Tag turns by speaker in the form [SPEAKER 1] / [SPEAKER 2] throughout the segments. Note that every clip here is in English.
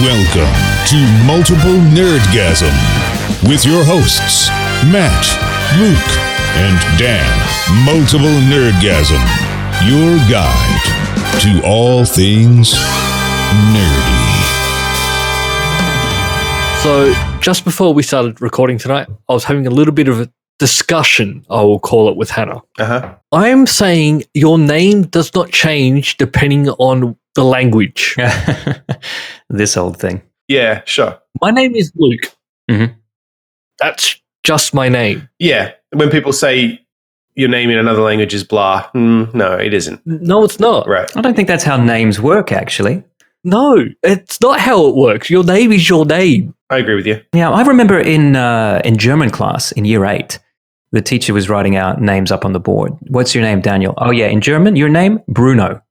[SPEAKER 1] Welcome to Multiple Nerdgasm with your hosts, Matt, Luke, and Dan. Multiple Nerdgasm, your guide to all things nerdy.
[SPEAKER 2] So, just before we started recording tonight, I was having a little bit of a discussion, I will call it, with Hannah.
[SPEAKER 3] Uh-huh.
[SPEAKER 2] I am saying your name does not change depending on the language.
[SPEAKER 4] this old thing.
[SPEAKER 3] Yeah, sure.
[SPEAKER 2] My name is Luke.
[SPEAKER 3] Mm-hmm.
[SPEAKER 4] Mhm.
[SPEAKER 2] That's just my name.
[SPEAKER 3] Yeah. When people say your name in another language is blah, mm, no, it isn't.
[SPEAKER 2] No, it's not.
[SPEAKER 3] Right.
[SPEAKER 4] I don't think that's how names work, actually.
[SPEAKER 2] No, it's not how it works. Your name is your name.
[SPEAKER 3] I agree with you.
[SPEAKER 4] Yeah, I remember in uh, in German class in year eight, the teacher was writing out names up on the board. What's your name, Daniel? Oh yeah, in German, your name Bruno.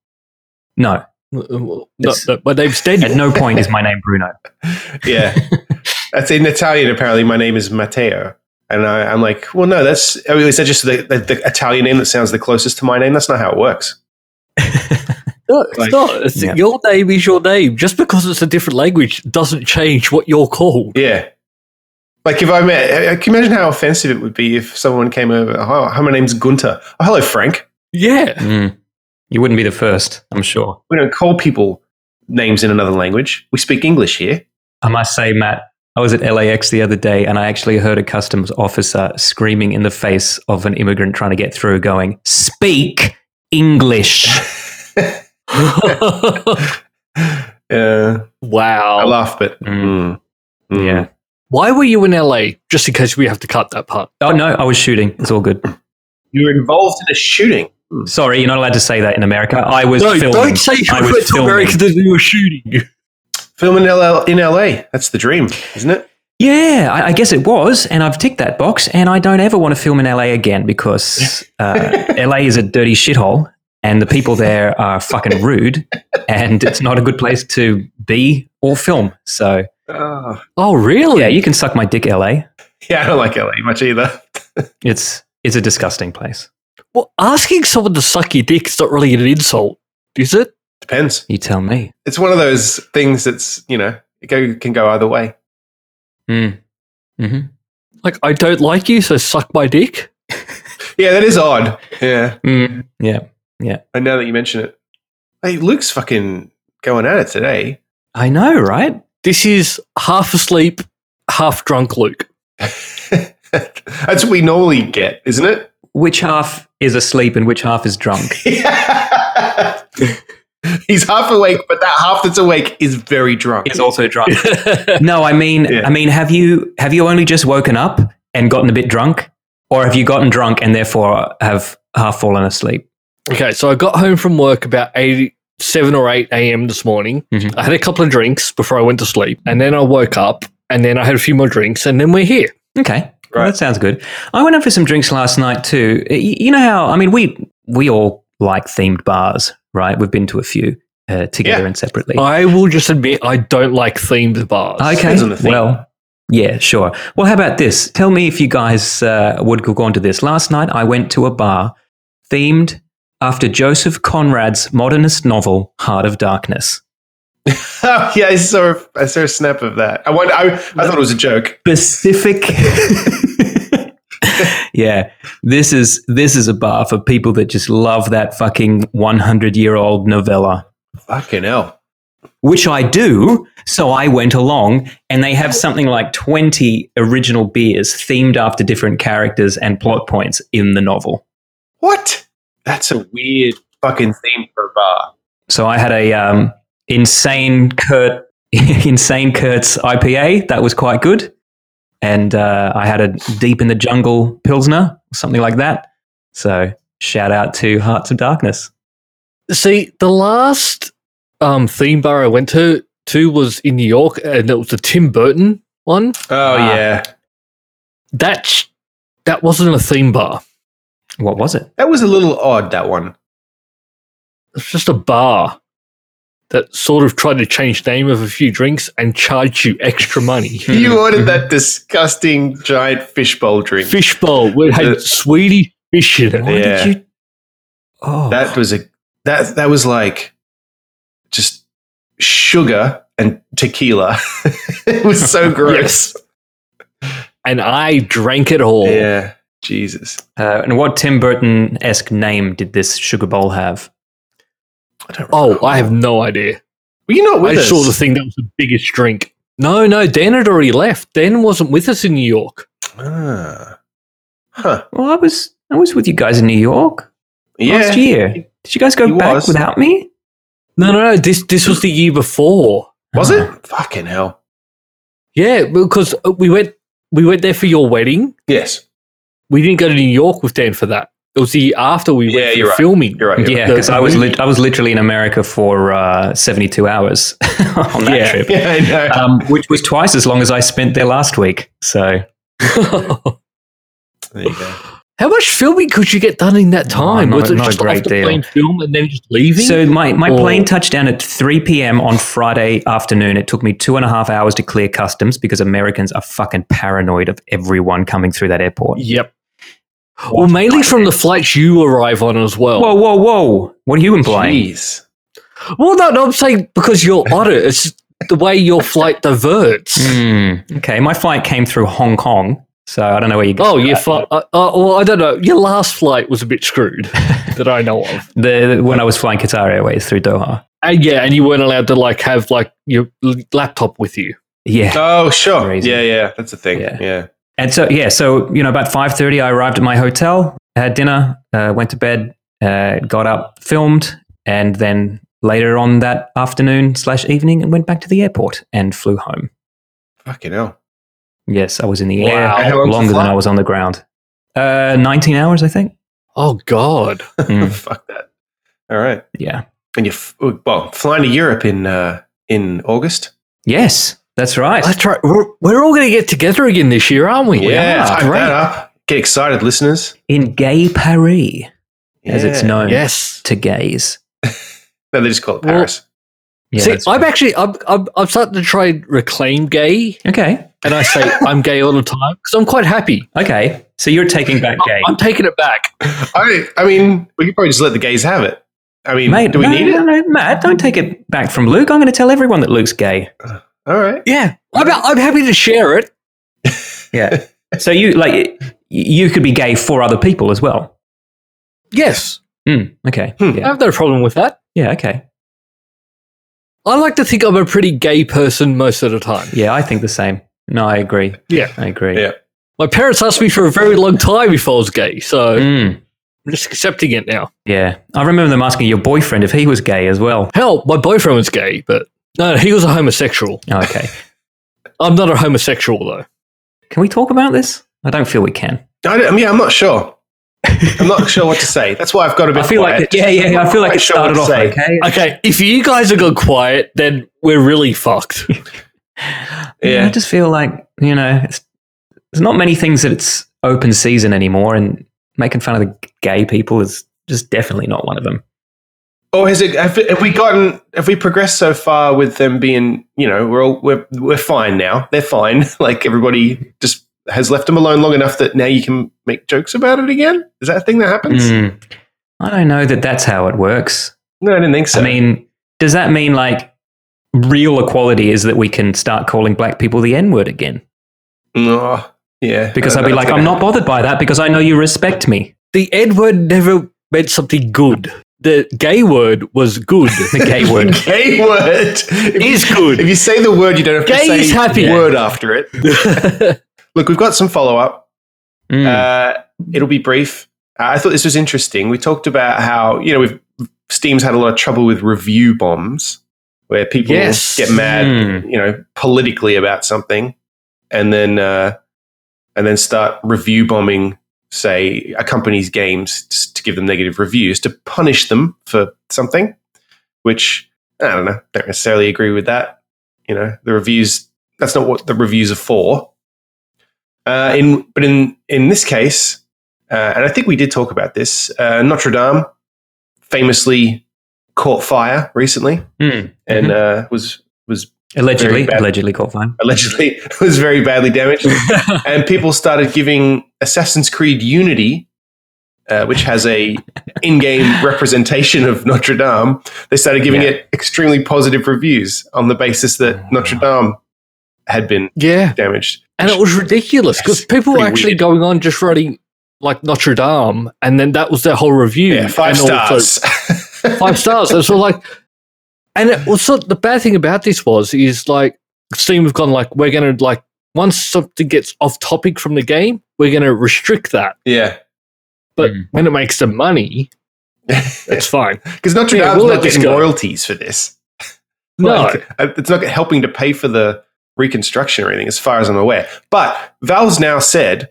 [SPEAKER 4] No,
[SPEAKER 2] No,
[SPEAKER 4] It's-
[SPEAKER 2] no, my name's
[SPEAKER 4] at
[SPEAKER 2] Daniel.
[SPEAKER 4] no point is my name Bruno.
[SPEAKER 3] Yeah. That's in Italian, apparently. My name is Matteo. And I, I'm like, well, no, that's, I mean, is that just the, the, the Italian name that sounds the closest to my name? That's not how it works.
[SPEAKER 2] No, it's
[SPEAKER 3] Like-
[SPEAKER 2] not. It's-
[SPEAKER 4] Yeah.
[SPEAKER 2] Your name is your name. Just because it's a different language doesn't change what you're called.
[SPEAKER 3] Yeah. Like if I met, I can you imagine how offensive it would be if someone came over, oh, hi, my name's Gunter. Oh, hello, Frank.
[SPEAKER 2] Yeah.
[SPEAKER 4] Mm. You wouldn't be the first, I'm sure.
[SPEAKER 3] We don't call people names in another language. We speak English here.
[SPEAKER 4] I must say, Matt, I was at LAX the other day and I actually heard a customs officer screaming in the face of an immigrant trying to get through, going, "Speak English."
[SPEAKER 3] Uh, I
[SPEAKER 2] wow.
[SPEAKER 3] laugh, but
[SPEAKER 4] Oh. Mm.
[SPEAKER 3] Mm. Mm.
[SPEAKER 4] Yeah.
[SPEAKER 2] Why were you in LA? Just in case we have to cut that part.
[SPEAKER 4] Oh no, I was shooting. It's all good.
[SPEAKER 3] you were involved in a shooting.
[SPEAKER 4] Sorry, you're not allowed to say that in America. I was
[SPEAKER 2] No,
[SPEAKER 4] filming.
[SPEAKER 2] don't say you
[SPEAKER 4] I
[SPEAKER 2] went
[SPEAKER 4] was
[SPEAKER 2] to
[SPEAKER 4] filming.
[SPEAKER 2] America that you were shooting.
[SPEAKER 3] Film in, LL, in LA. That's the dream, isn't it?
[SPEAKER 4] Yeah, I, I guess it was, and I've ticked that box. And I don't ever want to film in LA again because uh, LA is a dirty shithole, and the people there are fucking rude, and it's not a good place to be or film. So
[SPEAKER 3] Oh.
[SPEAKER 2] Oh, really?
[SPEAKER 4] yeah, you can suck my dick, LA.
[SPEAKER 3] Yeah, I don't like LA much either.
[SPEAKER 4] It's it's a disgusting place.
[SPEAKER 2] Well, asking someone to suck your dick is not really an insult, is it?
[SPEAKER 3] Depends.
[SPEAKER 4] You tell me.
[SPEAKER 3] It's one of those things that's, you know, it go, can go either way.
[SPEAKER 4] Mm. hmm
[SPEAKER 2] Like, I don't like you, so suck my dick.
[SPEAKER 3] Yeah, that is odd. Yeah.
[SPEAKER 4] Mm. Yeah.
[SPEAKER 3] And now that you mention it, hey, Luke's fucking going at it today.
[SPEAKER 4] I know, right?
[SPEAKER 2] This is half asleep, half drunk Luke.
[SPEAKER 3] That's what we normally get, isn't it?
[SPEAKER 4] Which half is asleep and which half is drunk?
[SPEAKER 3] He's half awake, but that half that's awake is very drunk.
[SPEAKER 4] is also drunk. no, I mean,
[SPEAKER 3] Yeah.
[SPEAKER 4] I mean, have you have you only just woken up and gotten a bit drunk, or have you gotten drunk and therefore have half fallen asleep?
[SPEAKER 2] okay, so I got home from work about 8, 7 or 8 a.m. this morning.
[SPEAKER 4] Mhm.
[SPEAKER 2] I had a couple of drinks before I went to sleep, and then I woke up, and then I had a few more drinks, and then we're here.
[SPEAKER 4] Okay, well,
[SPEAKER 3] Right.
[SPEAKER 4] that sounds good. I went out for some drinks last night too. Y- You know how I mean, we we all like themed bars, right? We've been to a few uh, together
[SPEAKER 3] Yeah.
[SPEAKER 4] and separately.
[SPEAKER 2] I will just admit, I don't like themed bars.
[SPEAKER 4] Okay.
[SPEAKER 3] Depends on the theme.
[SPEAKER 4] Well, yeah, sure. Well, how about this? Tell me if you guys uh, would go on to this. Last night, I went to a bar themed after Joseph Conrad's modernist novel, Heart of Darkness.
[SPEAKER 3] Oh, yeah, I saw a, I saw a snap of that. I, wonder, I, I thought it was a joke.
[SPEAKER 4] Specific. yeah, this is this is a bar for people that just love that fucking one hundred year old novella.
[SPEAKER 3] Fucking hell.
[SPEAKER 4] which I do. So I went along, and they have something like 20 original beers themed after different characters and plot points in the novel.
[SPEAKER 3] What? That's a weird fucking theme for a bar.
[SPEAKER 4] So I had a um, insane Kurt, insane Kurt's IPA that was quite good, and uh, I had a deep in the jungle pilsner, something like that. So shout out to Hearts of Darkness.
[SPEAKER 2] See, the last um, theme bar I went to to was in New York, and it was the Tim Burton one.
[SPEAKER 3] Oh,
[SPEAKER 4] Ah.
[SPEAKER 3] yeah.
[SPEAKER 2] That's that wasn't a theme bar.
[SPEAKER 4] What was it?
[SPEAKER 3] That was a little odd, that one.
[SPEAKER 2] It's just a bar that sort of tried to change name of a few drinks and charge you extra money.
[SPEAKER 4] Mhm,
[SPEAKER 3] You ordered
[SPEAKER 4] mhm.
[SPEAKER 3] that disgusting giant fishbowl drink.
[SPEAKER 2] Fishbowl, we
[SPEAKER 3] The-
[SPEAKER 2] had sweetie fish in it.
[SPEAKER 4] Why
[SPEAKER 3] Uh, Yeah.
[SPEAKER 4] did you? Oh,
[SPEAKER 3] That was a that that was like just sugar and tequila. it was so gross.
[SPEAKER 2] and I drank it all.
[SPEAKER 3] Yeah. Jesus.
[SPEAKER 4] Uh, and what Tim Burton esque name did this sugar bowl have?
[SPEAKER 3] I don't
[SPEAKER 2] Oh,
[SPEAKER 3] recall.
[SPEAKER 2] I have no idea.
[SPEAKER 3] Were you not with
[SPEAKER 2] I
[SPEAKER 3] us?
[SPEAKER 2] saw the thing that was the biggest drink. No, no, Dan had already left. Dan wasn't with us in New York.
[SPEAKER 3] Ah. Huh.
[SPEAKER 4] Well, I was I was with you guys in New York
[SPEAKER 3] Yeah.
[SPEAKER 4] last year. Did you guys go
[SPEAKER 3] He
[SPEAKER 4] back
[SPEAKER 3] was.
[SPEAKER 4] without me?
[SPEAKER 2] No, no, no. This this was the year before.
[SPEAKER 3] Was
[SPEAKER 2] Ah.
[SPEAKER 3] it? Fucking hell.
[SPEAKER 2] Yeah, because we went we went there for your wedding.
[SPEAKER 3] Yes.
[SPEAKER 2] We didn't go to New York with Dan for that. It was the year after we
[SPEAKER 3] Yeah,
[SPEAKER 2] went
[SPEAKER 3] you're
[SPEAKER 2] for
[SPEAKER 3] right.
[SPEAKER 2] filming.
[SPEAKER 3] You're right. You're
[SPEAKER 4] Yeah,
[SPEAKER 2] The-
[SPEAKER 4] because
[SPEAKER 2] the
[SPEAKER 4] I was
[SPEAKER 2] movie.
[SPEAKER 4] lit I was literally in America for uh, seventy two hours on that
[SPEAKER 2] Yeah.
[SPEAKER 4] trip,
[SPEAKER 3] Yeah, I know.
[SPEAKER 2] Uh,
[SPEAKER 4] um, which was twice as long as I spent there last week. So
[SPEAKER 3] there you go.
[SPEAKER 2] How much filming could you get done in that
[SPEAKER 4] Oh,
[SPEAKER 2] time?
[SPEAKER 4] not-
[SPEAKER 2] was it
[SPEAKER 4] not a
[SPEAKER 2] just
[SPEAKER 4] great
[SPEAKER 2] off the
[SPEAKER 4] deal.
[SPEAKER 2] plane film and then just leaving?
[SPEAKER 4] So my, my
[SPEAKER 2] Or-
[SPEAKER 4] plane touched down at 3 p.m. on Friday afternoon. It took me two and a half hours to clear customs because Americans are fucking paranoid of everyone coming through that airport.
[SPEAKER 2] yep. Well, mainly from the flights you arrive on as well.
[SPEAKER 4] Whoa, whoa, whoa. What are you implying?
[SPEAKER 3] Jeez.
[SPEAKER 2] well, no, no, I'm saying because you're on it. It's the way your flight diverts.
[SPEAKER 4] Hmm, okay, my flight came through Hong Kong, so I don't know where you
[SPEAKER 2] Oh, your flight. Uh, uh, well, I don't know. Your last flight was a bit screwed that I know of.
[SPEAKER 4] the, when I was flying Qatar Airways through Doha.
[SPEAKER 2] And yeah, and you weren't allowed to like have like your l- laptop with you.
[SPEAKER 4] Yeah.
[SPEAKER 3] Oh, sure.
[SPEAKER 4] Crazy.
[SPEAKER 3] Yeah, yeah. That's a thing.
[SPEAKER 4] Yeah.
[SPEAKER 3] Yeah.
[SPEAKER 4] And so yeah, so you know, about five thirty, I arrived at my hotel, had dinner, uh, went to bed, uh, got up, filmed, and then later on that afternoon slash evening, went back to the airport and flew home.
[SPEAKER 3] Fucking hell.
[SPEAKER 4] Yes, I was in the air
[SPEAKER 2] Wow.
[SPEAKER 3] And how long's the
[SPEAKER 4] longer than
[SPEAKER 3] flight?
[SPEAKER 4] I was on the ground. Uh, Nineteen hours, I think.
[SPEAKER 2] Oh God.
[SPEAKER 4] Mm,
[SPEAKER 3] Fuck that. All right.
[SPEAKER 4] yeah.
[SPEAKER 3] And you're, f- well, flying to Europe in, uh, in August?
[SPEAKER 4] Yes, that's right.
[SPEAKER 2] That's right. We're, we're all going to get together again this year, aren't we?
[SPEAKER 3] yeah.
[SPEAKER 4] are.
[SPEAKER 3] Type
[SPEAKER 4] Oh, Great.
[SPEAKER 3] that up. Get excited, listeners.
[SPEAKER 4] In Gay Paris, as
[SPEAKER 3] Yeah.
[SPEAKER 4] it's known
[SPEAKER 2] Yes.
[SPEAKER 4] to gays.
[SPEAKER 3] No, they just call it
[SPEAKER 2] Well-
[SPEAKER 3] Paris.
[SPEAKER 4] Yeah,
[SPEAKER 2] See,
[SPEAKER 4] that's
[SPEAKER 2] I'm actually I'm, I'm I'm starting to try and reclaim gay,
[SPEAKER 4] okay.
[SPEAKER 2] and I say I'm gay all the time because I'm quite happy.
[SPEAKER 4] Okay. So you're taking back gay.
[SPEAKER 2] I'm taking it back.
[SPEAKER 3] I, I mean, we could probably just let the gays have it. I mean,
[SPEAKER 4] Mate,
[SPEAKER 3] do we
[SPEAKER 4] no,
[SPEAKER 3] need
[SPEAKER 4] no,
[SPEAKER 3] it?
[SPEAKER 4] No, no, Matt, don't take it back from Luke. I'm going to tell everyone that Luke's gay.
[SPEAKER 3] All right.
[SPEAKER 4] Yeah,
[SPEAKER 2] I'm, I'm happy to share it.
[SPEAKER 4] yeah. so you like y- you could be gay for other people as well.
[SPEAKER 2] Yes,
[SPEAKER 4] Mm, okay.
[SPEAKER 3] Hmm.
[SPEAKER 2] I
[SPEAKER 4] Yeah.
[SPEAKER 2] have no problem with that.
[SPEAKER 4] yeah. Okay.
[SPEAKER 2] I like to think I'm a pretty gay person most of the time.
[SPEAKER 4] Yeah, I think the same. No, I agree.
[SPEAKER 2] Yeah.
[SPEAKER 4] I agree.
[SPEAKER 3] Yeah.
[SPEAKER 2] My parents asked me for a very long time if I was gay, so
[SPEAKER 3] Hmm.
[SPEAKER 4] Mm,
[SPEAKER 2] I'm just accepting it now.
[SPEAKER 4] yeah. I remember them asking your boyfriend if he was gay as well.
[SPEAKER 2] Hell, my boyfriend was gay, but no, he was a homosexual.
[SPEAKER 4] Oh, okay.
[SPEAKER 2] I'm not a homosexual though.
[SPEAKER 4] can we talk about this? I don't feel we can.
[SPEAKER 3] I don't- yeah, I'm not sure. I'm not sure what to say. That's why I've got a bit
[SPEAKER 4] I feel
[SPEAKER 3] quiet.
[SPEAKER 4] like it, yeah, yeah. yeah, I feel like
[SPEAKER 3] Quite
[SPEAKER 4] it
[SPEAKER 3] sure
[SPEAKER 4] started
[SPEAKER 3] what to
[SPEAKER 4] off
[SPEAKER 3] say.
[SPEAKER 4] okay.
[SPEAKER 2] Okay, if you guys have gone quiet, then we're really fucked.
[SPEAKER 4] Yeah.
[SPEAKER 3] Yeah.
[SPEAKER 4] I just feel like, you know, it's, there's not many things that it's open season anymore, and making fun of the gay people is just definitely not one of them.
[SPEAKER 3] Or has it? Have, have we gotten? Have we progressed so far with them being? You know, we're all we're we're fine now. They're fine. Like everybody just has left them alone long enough that now you can make jokes about it again. Is that a thing that happens?
[SPEAKER 4] Mm. I don't know that that's how it works.
[SPEAKER 3] No, I didn't think so.
[SPEAKER 4] I mean, does that mean like real equality is that we can start calling black people the N word again?
[SPEAKER 3] Oh, yeah.
[SPEAKER 4] Because
[SPEAKER 3] I
[SPEAKER 4] I'd
[SPEAKER 3] don't
[SPEAKER 4] be
[SPEAKER 3] know
[SPEAKER 4] like,
[SPEAKER 3] if
[SPEAKER 4] I'm not bothered by that because I know you respect me.
[SPEAKER 2] The N word never meant something good. The gay word was good.
[SPEAKER 4] The gay word.
[SPEAKER 3] Gay word if
[SPEAKER 2] Is
[SPEAKER 3] you-
[SPEAKER 2] good.
[SPEAKER 3] If you say the word, you don't have to
[SPEAKER 2] Gay
[SPEAKER 3] say
[SPEAKER 2] is happy.
[SPEAKER 3] word after it. Look, we've got some follow up.
[SPEAKER 4] Mm.
[SPEAKER 3] Uh, it'll be brief. Uh, I thought this was interesting. We talked about how you know we've Steam's had a lot of trouble with review bombs, where people
[SPEAKER 2] Yes.
[SPEAKER 3] get mad,
[SPEAKER 4] Mm.
[SPEAKER 3] you know, politically about something, and then uh, and then start review bombing, say a company's games just to give them negative reviews to punish them for something, which I don't know, don't necessarily agree with that. You know, the reviews that's not what the reviews are for. Uh, in but in in this case, uh, and I think we did talk about this. Uh, Notre Dame famously caught fire recently
[SPEAKER 4] Mm.
[SPEAKER 3] and uh, was was
[SPEAKER 4] Allegedly,
[SPEAKER 3] very bad.
[SPEAKER 4] allegedly caught fine.
[SPEAKER 3] allegedly was very badly damaged, and people started giving Assassin's Creed Unity uh, which has a in-game representation of Notre Dame, they started giving it extremely positive reviews on the basis that Notre Dame had been
[SPEAKER 2] Yeah.
[SPEAKER 3] damaged.
[SPEAKER 2] And it was ridiculous because
[SPEAKER 3] Yes,
[SPEAKER 2] people were
[SPEAKER 3] pretty
[SPEAKER 2] actually
[SPEAKER 3] weird.
[SPEAKER 2] going on just writing like Notre Dame, and then that was their whole review.
[SPEAKER 3] yeah, five
[SPEAKER 2] And also-
[SPEAKER 3] stars.
[SPEAKER 2] five stars. It's sort of like, and it was sort the bad thing about this was is like Steam have gone like we're gonna like once something gets off topic from the game, we're gonna restrict that.
[SPEAKER 3] yeah,
[SPEAKER 2] But
[SPEAKER 4] Mm.
[SPEAKER 2] when it makes the money, it's fine.
[SPEAKER 3] because Notre
[SPEAKER 2] Yeah,
[SPEAKER 3] Dame's
[SPEAKER 2] we'll
[SPEAKER 3] not
[SPEAKER 2] let this
[SPEAKER 3] getting
[SPEAKER 2] go.
[SPEAKER 3] royalties for this.
[SPEAKER 2] No.
[SPEAKER 3] Like, uh, it's not helping to pay for the reconstruction or anything, as far as I'm aware. But Valve's now said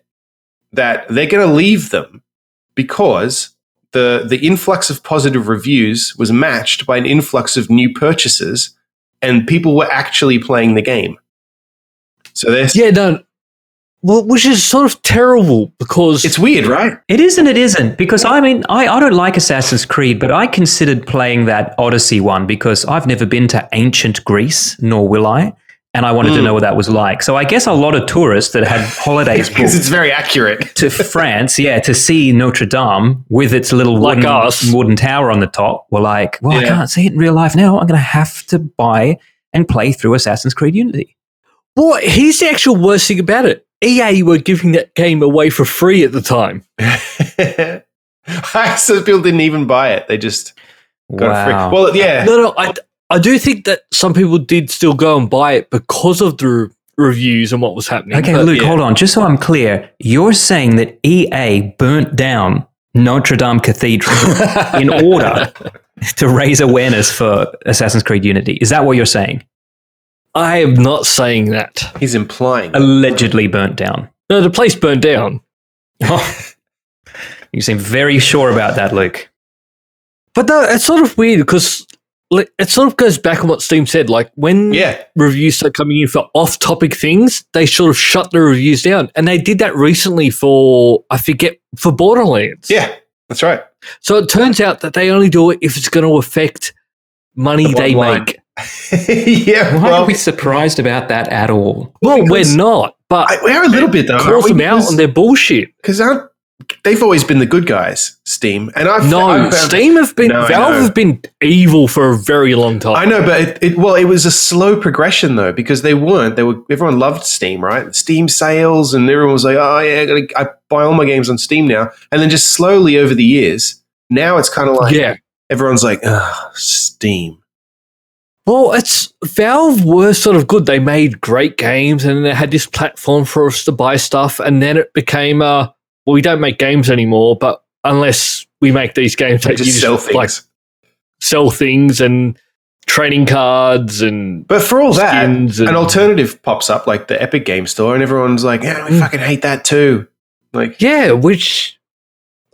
[SPEAKER 3] that they're going to leave them because the the influx of positive reviews was matched by an influx of new purchases, and people were actually playing the game. So this
[SPEAKER 2] Yeah, no. Well, which is sort of terrible because
[SPEAKER 3] it's weird, right?
[SPEAKER 4] It is and it isn't because I mean I, I don't like Assassin's Creed, but I considered playing that Odyssey one because I've never been to ancient Greece, nor will I, and I wanted to
[SPEAKER 3] Mm.
[SPEAKER 4] know what that was like. So I guess a lot of tourists that had holidays
[SPEAKER 3] Because it's
[SPEAKER 4] booked
[SPEAKER 3] very accurate.
[SPEAKER 4] to France, yeah, to see Notre Dame with its little
[SPEAKER 2] Like
[SPEAKER 4] wooden,
[SPEAKER 2] us.
[SPEAKER 4] wooden tower on the top, were like, well, I
[SPEAKER 3] Yeah.
[SPEAKER 4] can't see it in real life now. I'm going to have to buy and play through Assassin's Creed Unity.
[SPEAKER 2] well, here's the actual worst thing about it. EA were giving that game away for free at the time.
[SPEAKER 3] so people didn't even buy it; they just got it free.
[SPEAKER 4] Wow.
[SPEAKER 3] Well, yeah,
[SPEAKER 2] No, no, I, I do think that some people did still go and buy it because of the re- reviews and what was happening.
[SPEAKER 4] Okay,
[SPEAKER 2] but-
[SPEAKER 4] Luke,
[SPEAKER 3] yeah.
[SPEAKER 4] hold on. Just so I'm clear, you're saying that EA burnt down Notre Dame Cathedral in order to raise awareness for Assassin's Creed Unity. Is that what you're saying?
[SPEAKER 2] I am not saying that.
[SPEAKER 3] he's implying.
[SPEAKER 4] Allegedly burnt down. Oh.
[SPEAKER 2] No, the place burned down.
[SPEAKER 4] You seem very sure about that, Luke.
[SPEAKER 2] But no, it's sort of weird because like, it sort of goes back on what Steam said. Like when
[SPEAKER 3] Yeah,
[SPEAKER 2] reviews start coming in for off-topic things, they sort of shut the reviews down, and they did that recently for I forget for Borderlands.
[SPEAKER 3] yeah, that's right.
[SPEAKER 2] So it turns out that they only do it if it's going to affect money
[SPEAKER 3] The
[SPEAKER 2] they
[SPEAKER 3] bottom line.
[SPEAKER 2] make.
[SPEAKER 3] yeah,
[SPEAKER 4] Why
[SPEAKER 3] well,
[SPEAKER 4] are we surprised about that at all?
[SPEAKER 2] Well,
[SPEAKER 3] Because-
[SPEAKER 2] we're not, but
[SPEAKER 3] I, we are a little bit though.
[SPEAKER 2] calls them out on their bullshit.
[SPEAKER 3] because aren't they've always been the good guys, Steam, and I've
[SPEAKER 2] No,
[SPEAKER 3] I've um, found-
[SPEAKER 2] Steam have been
[SPEAKER 3] No, I
[SPEAKER 2] Valve
[SPEAKER 3] know.
[SPEAKER 2] have been evil for a very long time.
[SPEAKER 3] I know, but it, it well, it was a slow progression though because they weren't. They were everyone loved Steam, right? Steam sales, and everyone was like, "Oh yeah, I, gotta, I buy all my games on Steam now." And then just slowly over the years, now it's kind of like
[SPEAKER 2] Yeah.
[SPEAKER 3] everyone's like, "Ah, Steam."
[SPEAKER 2] Well, it's Valve were sort of good. They made great games, and they had this platform for us to buy stuff. And then it became, uh, well, we don't make games anymore, but unless we make these games,
[SPEAKER 3] They
[SPEAKER 2] that you
[SPEAKER 3] just sell things.
[SPEAKER 2] like sell things and trading cards and
[SPEAKER 3] but for all that,
[SPEAKER 2] skins.
[SPEAKER 3] an alternative pops up like the Epic Game Store, and everyone's like, "Yeah, we
[SPEAKER 2] Mm.
[SPEAKER 3] fucking hate that too." Like,
[SPEAKER 2] Yeah, which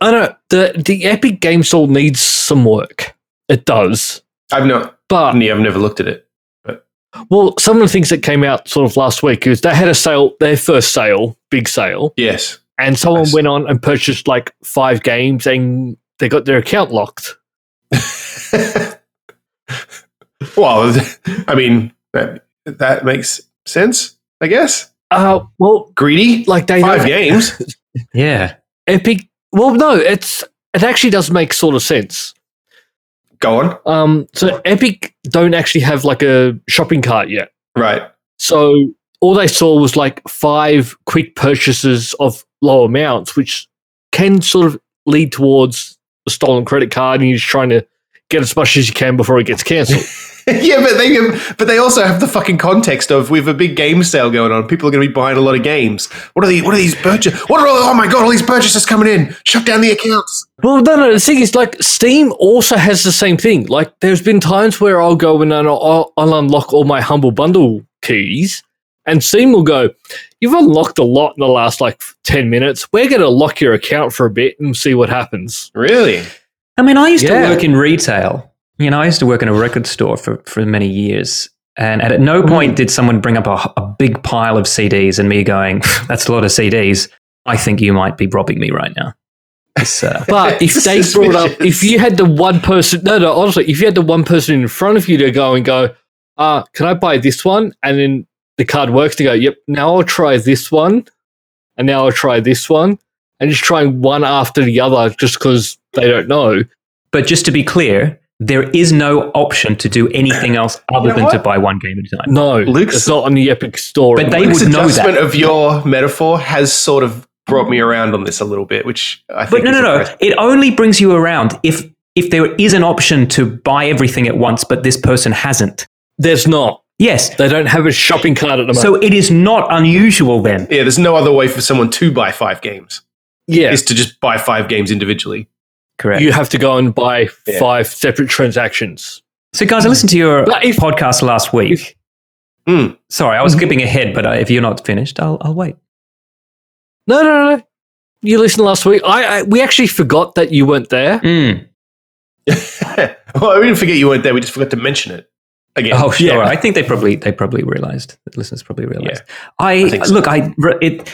[SPEAKER 2] I don't know. The the Epic Game Store needs some work. It does,
[SPEAKER 3] I've not.
[SPEAKER 2] but
[SPEAKER 3] I've never looked at it.
[SPEAKER 2] Well, some of the things that came out sort of last week is they had a sale, their first sale, big sale,
[SPEAKER 3] Yes.
[SPEAKER 2] and someone
[SPEAKER 3] Nice.
[SPEAKER 2] went on and purchased like five games and they got their account locked.
[SPEAKER 3] well, I mean, that, that makes sense, I guess.
[SPEAKER 2] Uh, well,
[SPEAKER 3] Greedy?
[SPEAKER 2] like they
[SPEAKER 3] Five
[SPEAKER 2] don't-
[SPEAKER 3] games?
[SPEAKER 4] Yeah.
[SPEAKER 2] Epic. Well, no, it's it actually does make sort of sense.
[SPEAKER 3] Go on.
[SPEAKER 2] Um, so Epic don't actually have like a shopping cart yet,
[SPEAKER 3] Right.
[SPEAKER 2] so all they saw was like five quick purchases of low amounts, which can sort of lead towards a stolen credit card, and you're just trying to get as much as you can before it gets cancelled.
[SPEAKER 3] yeah, but they but they also have the fucking context of we have a big game sale going on. People are going to be buying a lot of games. What are the what are these purchases? What are all, oh my god, all these purchases coming in. Shut down the accounts.
[SPEAKER 2] Well, no, no. The thing is, like, Steam also has the same thing. Like, there's been times where I'll go and I'll, I'll unlock all my humble bundle keys, and Steam will go, "You've unlocked a lot in the last like ten minutes. We're going to lock your account for a bit and see what happens."
[SPEAKER 3] Really?
[SPEAKER 4] I mean, I used
[SPEAKER 2] Yeah.
[SPEAKER 4] to work in retail. You know, I used to work in a record store for, for many years. And at no
[SPEAKER 3] Mm-hmm.
[SPEAKER 4] point did someone bring up a, a big pile of CDs and me going, that's a lot of CDs. I think you might be robbing me right now. It's, uh,
[SPEAKER 2] But if they brought up, if you had the one person, no, no, honestly, if you had the one person in front of you to go and go, "Ah, can I buy this one?" and then the card works to go, "Yep, now I'll try this one, and now I'll try this one." and just trying one after the other just because they don't know.
[SPEAKER 4] But just to be clear, there is no option to do anything else other
[SPEAKER 3] know
[SPEAKER 4] than to
[SPEAKER 3] what?
[SPEAKER 4] buy one game at a time.
[SPEAKER 2] No,
[SPEAKER 3] Luke's-
[SPEAKER 2] it's not on the Epic Store.
[SPEAKER 4] But they
[SPEAKER 2] anymore.
[SPEAKER 3] This
[SPEAKER 4] would know
[SPEAKER 3] adjustment
[SPEAKER 4] that.
[SPEAKER 3] of your metaphor has sort of brought me around on this a little bit, which I
[SPEAKER 4] But
[SPEAKER 3] think.
[SPEAKER 4] no,
[SPEAKER 3] is
[SPEAKER 4] no, no.
[SPEAKER 3] impressive.
[SPEAKER 4] It only brings you around if if there is an option to buy everything at once, but this person hasn't.
[SPEAKER 2] there's not.
[SPEAKER 4] Yes.
[SPEAKER 2] They don't have a shopping cart at the moment.
[SPEAKER 4] So it is not unusual then.
[SPEAKER 3] Yeah, there's no other way for someone to buy five games
[SPEAKER 2] yeah,
[SPEAKER 3] is to just buy five games individually.
[SPEAKER 4] Correct.
[SPEAKER 2] you have to go and buy
[SPEAKER 3] Yeah.
[SPEAKER 2] five separate transactions.
[SPEAKER 4] so guys, I listened to your
[SPEAKER 2] But if-
[SPEAKER 4] podcast last week.
[SPEAKER 3] Hmm.
[SPEAKER 4] Sorry, I was skipping ahead, but uh, if you're not finished, I'll, I'll wait.
[SPEAKER 2] No, no, no. You listened last week. I, I we actually forgot that you weren't there.
[SPEAKER 4] Mm.
[SPEAKER 3] well, we didn't forget you weren't there. We just forgot to mention it again.
[SPEAKER 4] Oh, sure.
[SPEAKER 2] Yeah.
[SPEAKER 4] I think they probably they probably realized. The listeners probably realized. I,
[SPEAKER 3] think so.
[SPEAKER 4] look. I re- it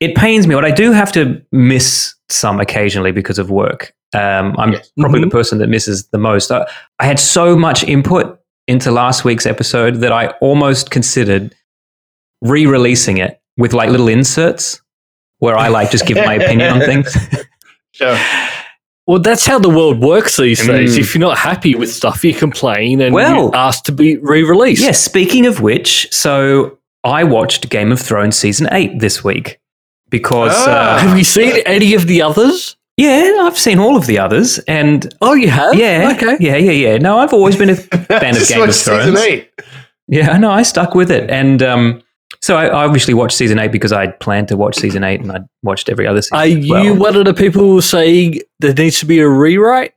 [SPEAKER 4] it pains me, but I do have to miss some occasionally because of work. Um, I'm
[SPEAKER 3] Yes.
[SPEAKER 4] probably the person that misses the most. I, I had so much input into last week's episode that I almost considered re-releasing it with like little inserts where I like just give my opinion on things.
[SPEAKER 3] Sure.
[SPEAKER 2] Well, that's how the world works these days.
[SPEAKER 4] Mm.
[SPEAKER 2] If you're not happy with stuff, you complain and
[SPEAKER 4] Well-
[SPEAKER 2] you ask to be re-released.
[SPEAKER 4] Yes. speaking of which, so I watched Game of Thrones season eight this week because
[SPEAKER 3] Ah.
[SPEAKER 4] uh,
[SPEAKER 2] Have you seen any of the others?
[SPEAKER 4] yeah, I've seen all of the others, and
[SPEAKER 2] Oh, you have.
[SPEAKER 4] yeah,
[SPEAKER 2] Okay.
[SPEAKER 4] yeah, yeah, yeah. No, I've always been a fan of
[SPEAKER 3] Just
[SPEAKER 4] Game
[SPEAKER 3] watch
[SPEAKER 4] of
[SPEAKER 3] season
[SPEAKER 4] Thrones.
[SPEAKER 3] eight.
[SPEAKER 4] Yeah, no, I stuck with it, and um, so I, I obviously watched season eight because I planned to watch season eight, and I watched every other season.
[SPEAKER 2] Are
[SPEAKER 4] as well.
[SPEAKER 2] you one of the people who say there needs to be a rewrite?
[SPEAKER 3] Is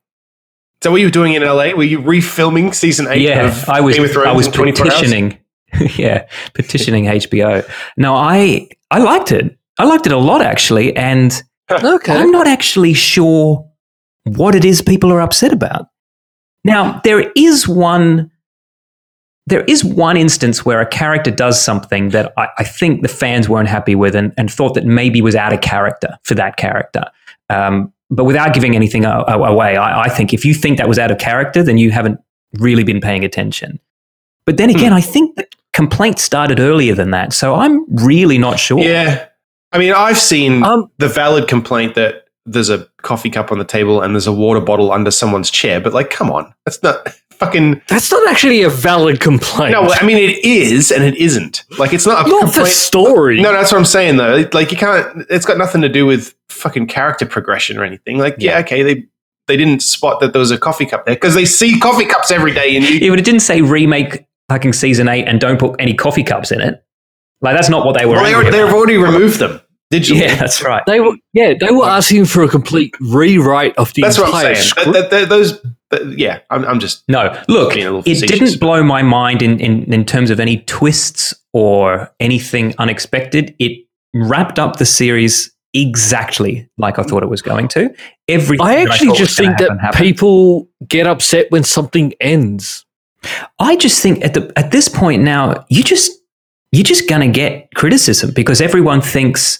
[SPEAKER 3] that what you were doing in LA? Were you refilming season eight
[SPEAKER 4] yeah,
[SPEAKER 3] of
[SPEAKER 4] I was
[SPEAKER 3] Game of Thrones
[SPEAKER 4] I was
[SPEAKER 3] in 24
[SPEAKER 4] petitioning. yeah, petitioning HBO. No, I I liked it. I liked it a lot actually, and
[SPEAKER 2] Okay.
[SPEAKER 4] I'm not actually sure what it is people are upset about. Now, there is one there is one instance where a character does something that I, I think the fans weren't happy with and, and thought that maybe was out of character for that character. Um, but without giving anything a- a- away, I, I think if you think that was out of character, then you haven't really been paying attention. But then again, I think the complaint started earlier than that. So I'm really not sure.
[SPEAKER 3] Yeah. I mean, I've seen
[SPEAKER 2] Um,
[SPEAKER 3] the valid complaint that there's a coffee cup on the table and there's a water bottle under someone's chair, but like, come on. That's not fucking.
[SPEAKER 2] that's not actually a valid complaint.
[SPEAKER 3] No, I mean, it is and it isn't. Like, it's not a
[SPEAKER 2] not the
[SPEAKER 3] complaint.
[SPEAKER 2] story.
[SPEAKER 3] No, that's what I'm saying, though. It- Like, you can't. It's got nothing to do with fucking character progression or anything. Like, yeah, okay, they. They didn't spot that there was a coffee cup there because they see coffee cups every day. And you,
[SPEAKER 4] Yeah, but it didn't say remake fucking season eight and don't put any coffee cups in it. Like that's not what they were.
[SPEAKER 3] well, they,
[SPEAKER 4] angry
[SPEAKER 3] already- they've
[SPEAKER 4] about.
[SPEAKER 3] already removed them digitally.
[SPEAKER 4] yeah, that's right.
[SPEAKER 2] They were yeah, they were asking for a complete rewrite of the
[SPEAKER 3] That's what
[SPEAKER 2] entire
[SPEAKER 3] I'm saying.
[SPEAKER 2] script.
[SPEAKER 3] That- that- that- those, that- yeah, I'm, I'm just
[SPEAKER 4] No, look,
[SPEAKER 3] Being a little
[SPEAKER 4] it
[SPEAKER 3] facetious.
[SPEAKER 4] didn't blow my mind in, in in terms of any twists or anything unexpected. It wrapped up the series exactly like I thought it was going to. Everything.
[SPEAKER 2] I
[SPEAKER 4] that
[SPEAKER 2] actually
[SPEAKER 4] thought was
[SPEAKER 2] just
[SPEAKER 4] gonna
[SPEAKER 2] think that
[SPEAKER 4] happen, happened.
[SPEAKER 2] people get upset when something ends.
[SPEAKER 4] I just think at the at this point now, you just you're just gonna get criticism because everyone thinks,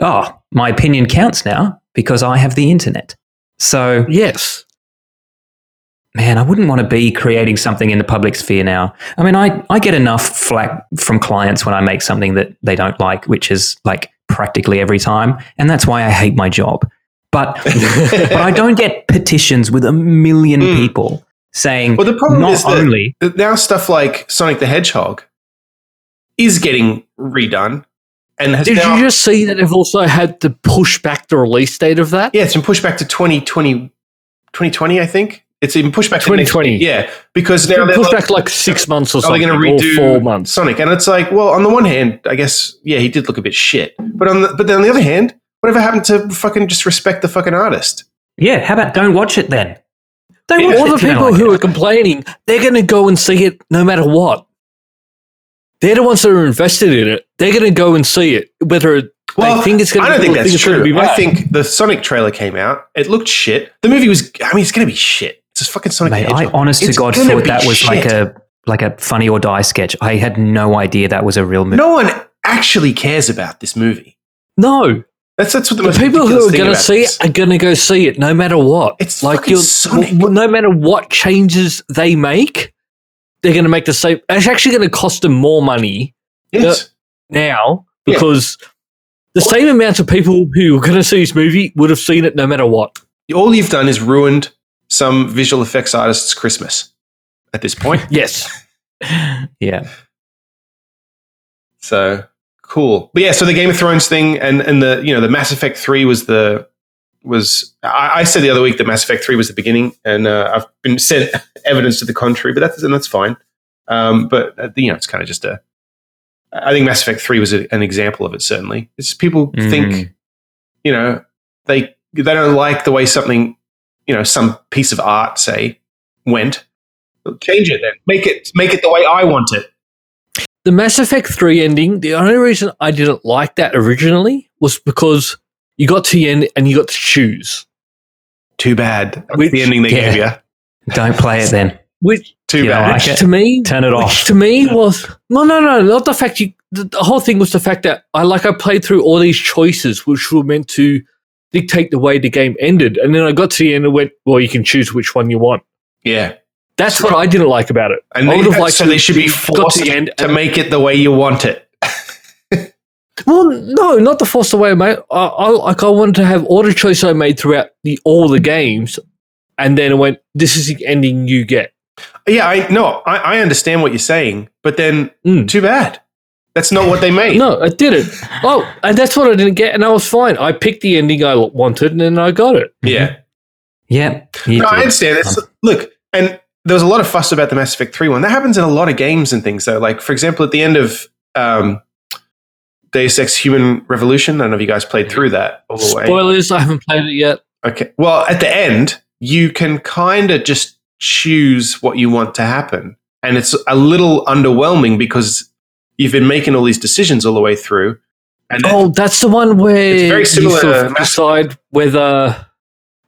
[SPEAKER 4] oh, my opinion counts now because I have the internet. So
[SPEAKER 2] Yes.
[SPEAKER 4] man, I wouldn't want to be creating something in the public sphere now. I mean, I, I get enough flack from clients when I make something that they don't like, which is like practically every time. And that's why I hate my job. But, but I don't get petitions with a million
[SPEAKER 3] Hmm.
[SPEAKER 4] people saying,
[SPEAKER 3] Well, the problem
[SPEAKER 4] not
[SPEAKER 3] is that-
[SPEAKER 4] only.
[SPEAKER 3] that now stuff like Sonic the Hedgehog is getting redone and has
[SPEAKER 2] Did
[SPEAKER 3] now,
[SPEAKER 2] you just see that they've also had to push back the release date of that?
[SPEAKER 3] yeah, it's been pushed back to 2020, 2020 I think. It's been pushed back to next
[SPEAKER 2] 2020.
[SPEAKER 3] year. yeah, because
[SPEAKER 2] It's
[SPEAKER 3] now
[SPEAKER 2] been
[SPEAKER 3] they're
[SPEAKER 2] pushed
[SPEAKER 3] like,
[SPEAKER 2] back like six months or
[SPEAKER 3] are they
[SPEAKER 2] something, or
[SPEAKER 3] going to redo
[SPEAKER 2] four months.
[SPEAKER 3] Sonic? And it's like, well, on the one hand, I guess, yeah, he did look a bit shit, but on the, but then on the other hand, whatever happened to fucking just respect the fucking artist?
[SPEAKER 4] Yeah, how about don't watch it then? Don't
[SPEAKER 3] Yeah.
[SPEAKER 4] watch
[SPEAKER 2] All
[SPEAKER 4] it
[SPEAKER 2] the
[SPEAKER 4] if you don't
[SPEAKER 2] people
[SPEAKER 4] like
[SPEAKER 2] who
[SPEAKER 4] it.
[SPEAKER 2] are complaining, they're going to go and see it no matter what. They're the ones that are invested in it. They're going to go and see it, whether they think it's going
[SPEAKER 3] I
[SPEAKER 2] to.
[SPEAKER 3] don't think that's true.
[SPEAKER 2] Be
[SPEAKER 3] I
[SPEAKER 2] bad.
[SPEAKER 3] think the Sonic trailer came out. It looked shit. The movie was. I mean, it's going to be shit. It's just fucking Sonic.
[SPEAKER 4] Mate,
[SPEAKER 3] the
[SPEAKER 4] I
[SPEAKER 3] Hedgehog.
[SPEAKER 4] honest to
[SPEAKER 3] It's
[SPEAKER 4] God
[SPEAKER 3] gonna
[SPEAKER 4] thought
[SPEAKER 3] be
[SPEAKER 4] that was like
[SPEAKER 3] shit.
[SPEAKER 4] a like a funny or die sketch. I had no idea that was a real movie.
[SPEAKER 3] No one actually cares about this movie.
[SPEAKER 2] no.
[SPEAKER 3] That's that's what the,
[SPEAKER 2] The
[SPEAKER 3] most
[SPEAKER 2] people who are
[SPEAKER 3] ridiculous thing
[SPEAKER 2] going to
[SPEAKER 3] about
[SPEAKER 2] see
[SPEAKER 3] this.
[SPEAKER 2] it are going to go see it no matter what.
[SPEAKER 3] It's fucking Sonic.
[SPEAKER 2] w- no matter what changes they make, they're going to make the same. It's actually going to cost them more money
[SPEAKER 3] Yes.
[SPEAKER 2] now
[SPEAKER 3] Yeah.
[SPEAKER 2] because The same amount of people who were going to see this movie would have seen it no matter what.
[SPEAKER 3] All you've done is ruined some visual effects artist's Christmas at this point.
[SPEAKER 2] Yes.
[SPEAKER 4] Yeah.
[SPEAKER 3] So cool. But yeah, so the Game of Thrones thing and and the you know the Mass Effect three was the was I, I said the other week that Mass Effect three was the beginning, and uh, I've been sent evidence to the contrary, but that's and that's fine. Um, but uh, you know, it's kind of just a. I think Mass Effect three was a, an example of it. Certainly, it's just people think you know they they don't like the way something you know some piece of art say went. Change it then. Make it make it the way I want it.
[SPEAKER 2] The Mass Effect 3 ending, the only reason I didn't like that originally was because you got to the end and you got to choose.
[SPEAKER 3] Too bad. That's
[SPEAKER 2] Which-
[SPEAKER 3] the ending they
[SPEAKER 4] yeah.
[SPEAKER 3] gave you.
[SPEAKER 4] Don't play it then.
[SPEAKER 2] Which
[SPEAKER 3] Too
[SPEAKER 4] Yeah,
[SPEAKER 3] bad.
[SPEAKER 4] I like it.
[SPEAKER 2] to me
[SPEAKER 4] Ah, Turn it
[SPEAKER 2] Which
[SPEAKER 4] off.
[SPEAKER 2] to me was no, no, no, not the fact you. The, the whole thing was the fact that I like I played through all these choices which were meant to dictate the way the game ended, and then I got to the end and went, "Well, you can choose which one you want."
[SPEAKER 3] yeah.
[SPEAKER 2] That's what I didn't like about it.
[SPEAKER 3] And
[SPEAKER 2] I
[SPEAKER 3] they,
[SPEAKER 2] would've liked
[SPEAKER 3] so
[SPEAKER 2] to-
[SPEAKER 3] they should be
[SPEAKER 2] got to
[SPEAKER 3] forced
[SPEAKER 2] the end
[SPEAKER 3] to
[SPEAKER 2] and-
[SPEAKER 3] make it the way you want it.
[SPEAKER 2] Well, no, not the force away, mate. I, I like I wanted to have all the choices I made throughout the all the games, and then I went, "This is the ending you get."
[SPEAKER 3] Yeah, I no, I, I understand what you're saying, but then
[SPEAKER 2] Mm.
[SPEAKER 3] too bad. That's not what they made.
[SPEAKER 2] No, I didn't. Oh, and that's what I didn't get, and I was fine. I picked the ending I wanted, and then I got it.
[SPEAKER 3] Yeah.
[SPEAKER 4] Yeah. you
[SPEAKER 3] No,
[SPEAKER 4] do.
[SPEAKER 3] I understand. It's, look, and there was a lot of fuss about the Mass Effect 3 one. That happens in a lot of games and things, though. Like, for example, at the end of um, Deus Ex Human Revolution, I don't know if you guys played through that all the way.
[SPEAKER 2] Spoilers, I haven't played it yet.
[SPEAKER 3] Okay. Well, at the end, you can kind of just choose what you want to happen. And it's a little underwhelming because you've been making all these decisions all the way through. And then-
[SPEAKER 2] Oh, that's the one where
[SPEAKER 3] It's very similar
[SPEAKER 2] you sort
[SPEAKER 3] to
[SPEAKER 2] of
[SPEAKER 3] Mass-
[SPEAKER 2] decide whether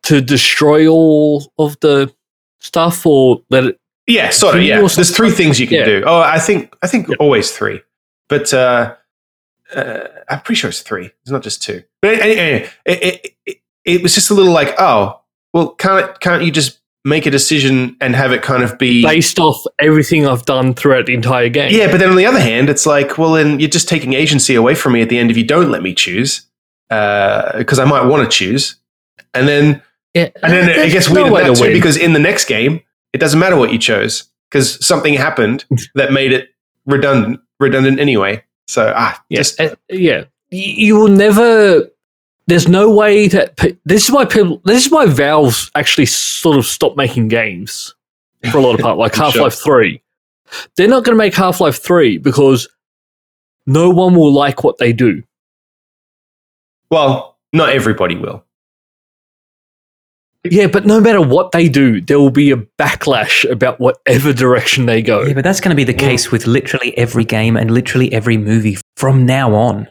[SPEAKER 2] to destroy all of the stuff or let it.
[SPEAKER 3] yeah, sort of.
[SPEAKER 2] three
[SPEAKER 3] Yeah.
[SPEAKER 2] or
[SPEAKER 3] There's three things you can
[SPEAKER 2] Yeah.
[SPEAKER 3] do. Oh, I think I think
[SPEAKER 2] Yeah.
[SPEAKER 3] always three. But uh, uh, I'm pretty sure it's three. It's not just two. But any- anyway, it, it, it, it was just a little like, oh, well, can't can't you just make a decision and have it kind of be
[SPEAKER 2] Based off everything I've done throughout the entire game.
[SPEAKER 3] Yeah, but then on the other hand, it's like, well, then you're just taking agency away from me at the end if you don't let me choose, because I might want to choose. And then,
[SPEAKER 2] Yeah,
[SPEAKER 3] and then it
[SPEAKER 2] there's
[SPEAKER 3] gets
[SPEAKER 2] no
[SPEAKER 3] weird in
[SPEAKER 2] way
[SPEAKER 3] that
[SPEAKER 2] to
[SPEAKER 3] too,
[SPEAKER 2] win.
[SPEAKER 3] because in the next game, it doesn't matter what you chose because something happened that made it redundant, redundant anyway. So ah, yes,
[SPEAKER 2] Uh, yeah. Y- You will never. There's no way that pe- this is why people. This is why Valve's actually sort of stopped making games for a lot of part, like
[SPEAKER 3] I'm
[SPEAKER 2] Half
[SPEAKER 3] sure.
[SPEAKER 2] Life Three. They're not going to make Half Life Three because no one will like what they do.
[SPEAKER 3] well, not everybody will.
[SPEAKER 2] Yeah, but no matter what they do, there will be a backlash about whatever direction they go.
[SPEAKER 4] Yeah, but that's going to be the case with literally every game and literally every movie from now on.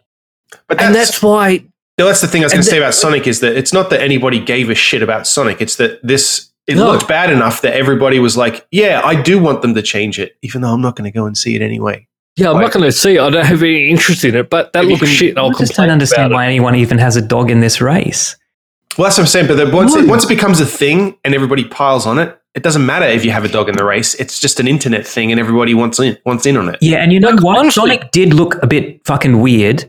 [SPEAKER 3] But
[SPEAKER 2] and that's why
[SPEAKER 3] No, that's the thing I was
[SPEAKER 2] And
[SPEAKER 3] going to
[SPEAKER 2] the- uh,
[SPEAKER 3] say about Sonic is that it's not that anybody gave a shit about Sonic. It's that this it
[SPEAKER 2] No.
[SPEAKER 3] looked bad enough that everybody was like, "Yeah, I do want them to change it, even though I'm not going to go and see it anyway."
[SPEAKER 2] yeah, I'm
[SPEAKER 3] Like-
[SPEAKER 2] not going to see. it. I don't have any interest in it, but that
[SPEAKER 3] If you
[SPEAKER 2] looks
[SPEAKER 3] can-
[SPEAKER 2] shit. And I'll
[SPEAKER 4] I just
[SPEAKER 2] complain
[SPEAKER 4] don't understand
[SPEAKER 2] about
[SPEAKER 4] why anyone even has a dog in this race.
[SPEAKER 3] Well, that's what I'm saying. But then once it,
[SPEAKER 2] No.
[SPEAKER 3] once it becomes a thing and everybody piles on it, it doesn't matter if you have a dog in the race. It's just an internet thing, and everybody wants in wants in on it.
[SPEAKER 4] Yeah, and you know
[SPEAKER 2] Look,
[SPEAKER 4] what?
[SPEAKER 2] honestly-
[SPEAKER 4] Sonic did look a bit fucking weird.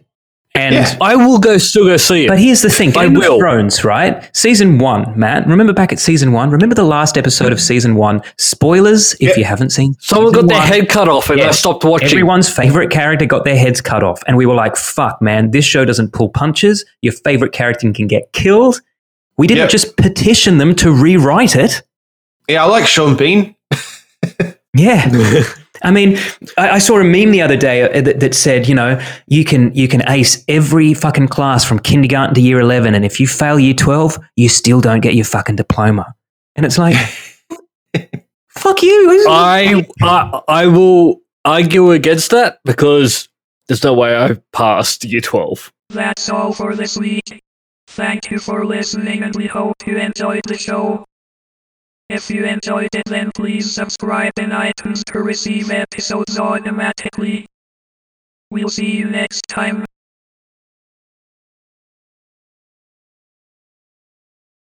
[SPEAKER 4] And
[SPEAKER 3] Yeah.
[SPEAKER 2] it. I will go still go see it.
[SPEAKER 4] but here's the thing:
[SPEAKER 2] I
[SPEAKER 4] Game
[SPEAKER 2] will.
[SPEAKER 4] of Thrones, right? Season one, Matt. Remember back at season one. Remember the last episode of season one. Spoilers if
[SPEAKER 3] Yeah.
[SPEAKER 4] you haven't seen.
[SPEAKER 2] Someone got
[SPEAKER 4] season
[SPEAKER 2] their
[SPEAKER 4] one.
[SPEAKER 2] head cut off, and
[SPEAKER 4] Yeah.
[SPEAKER 2] I stopped watching.
[SPEAKER 4] Everyone's favorite character got their heads cut off, and we were like, "Fuck, man, this show doesn't pull punches. Your favorite character can get killed." We didn't
[SPEAKER 3] Yep.
[SPEAKER 4] just petition them to rewrite it.
[SPEAKER 3] Yeah, I like Sean Bean.
[SPEAKER 4] Yeah. I mean, I, I saw a meme the other day uh, that, that said, you know, you can you can ace every fucking class from kindergarten to year eleven, and if you fail year twelve, you still don't get your fucking diploma. And it's like, fuck you.
[SPEAKER 2] I, I I will argue against that because there's no way I passed year twelve.
[SPEAKER 5] That's all for this week. Thank you for listening and we hope you enjoyed the show. If you enjoyed it then please subscribe in iTunes to receive episodes automatically. We'll see you next time.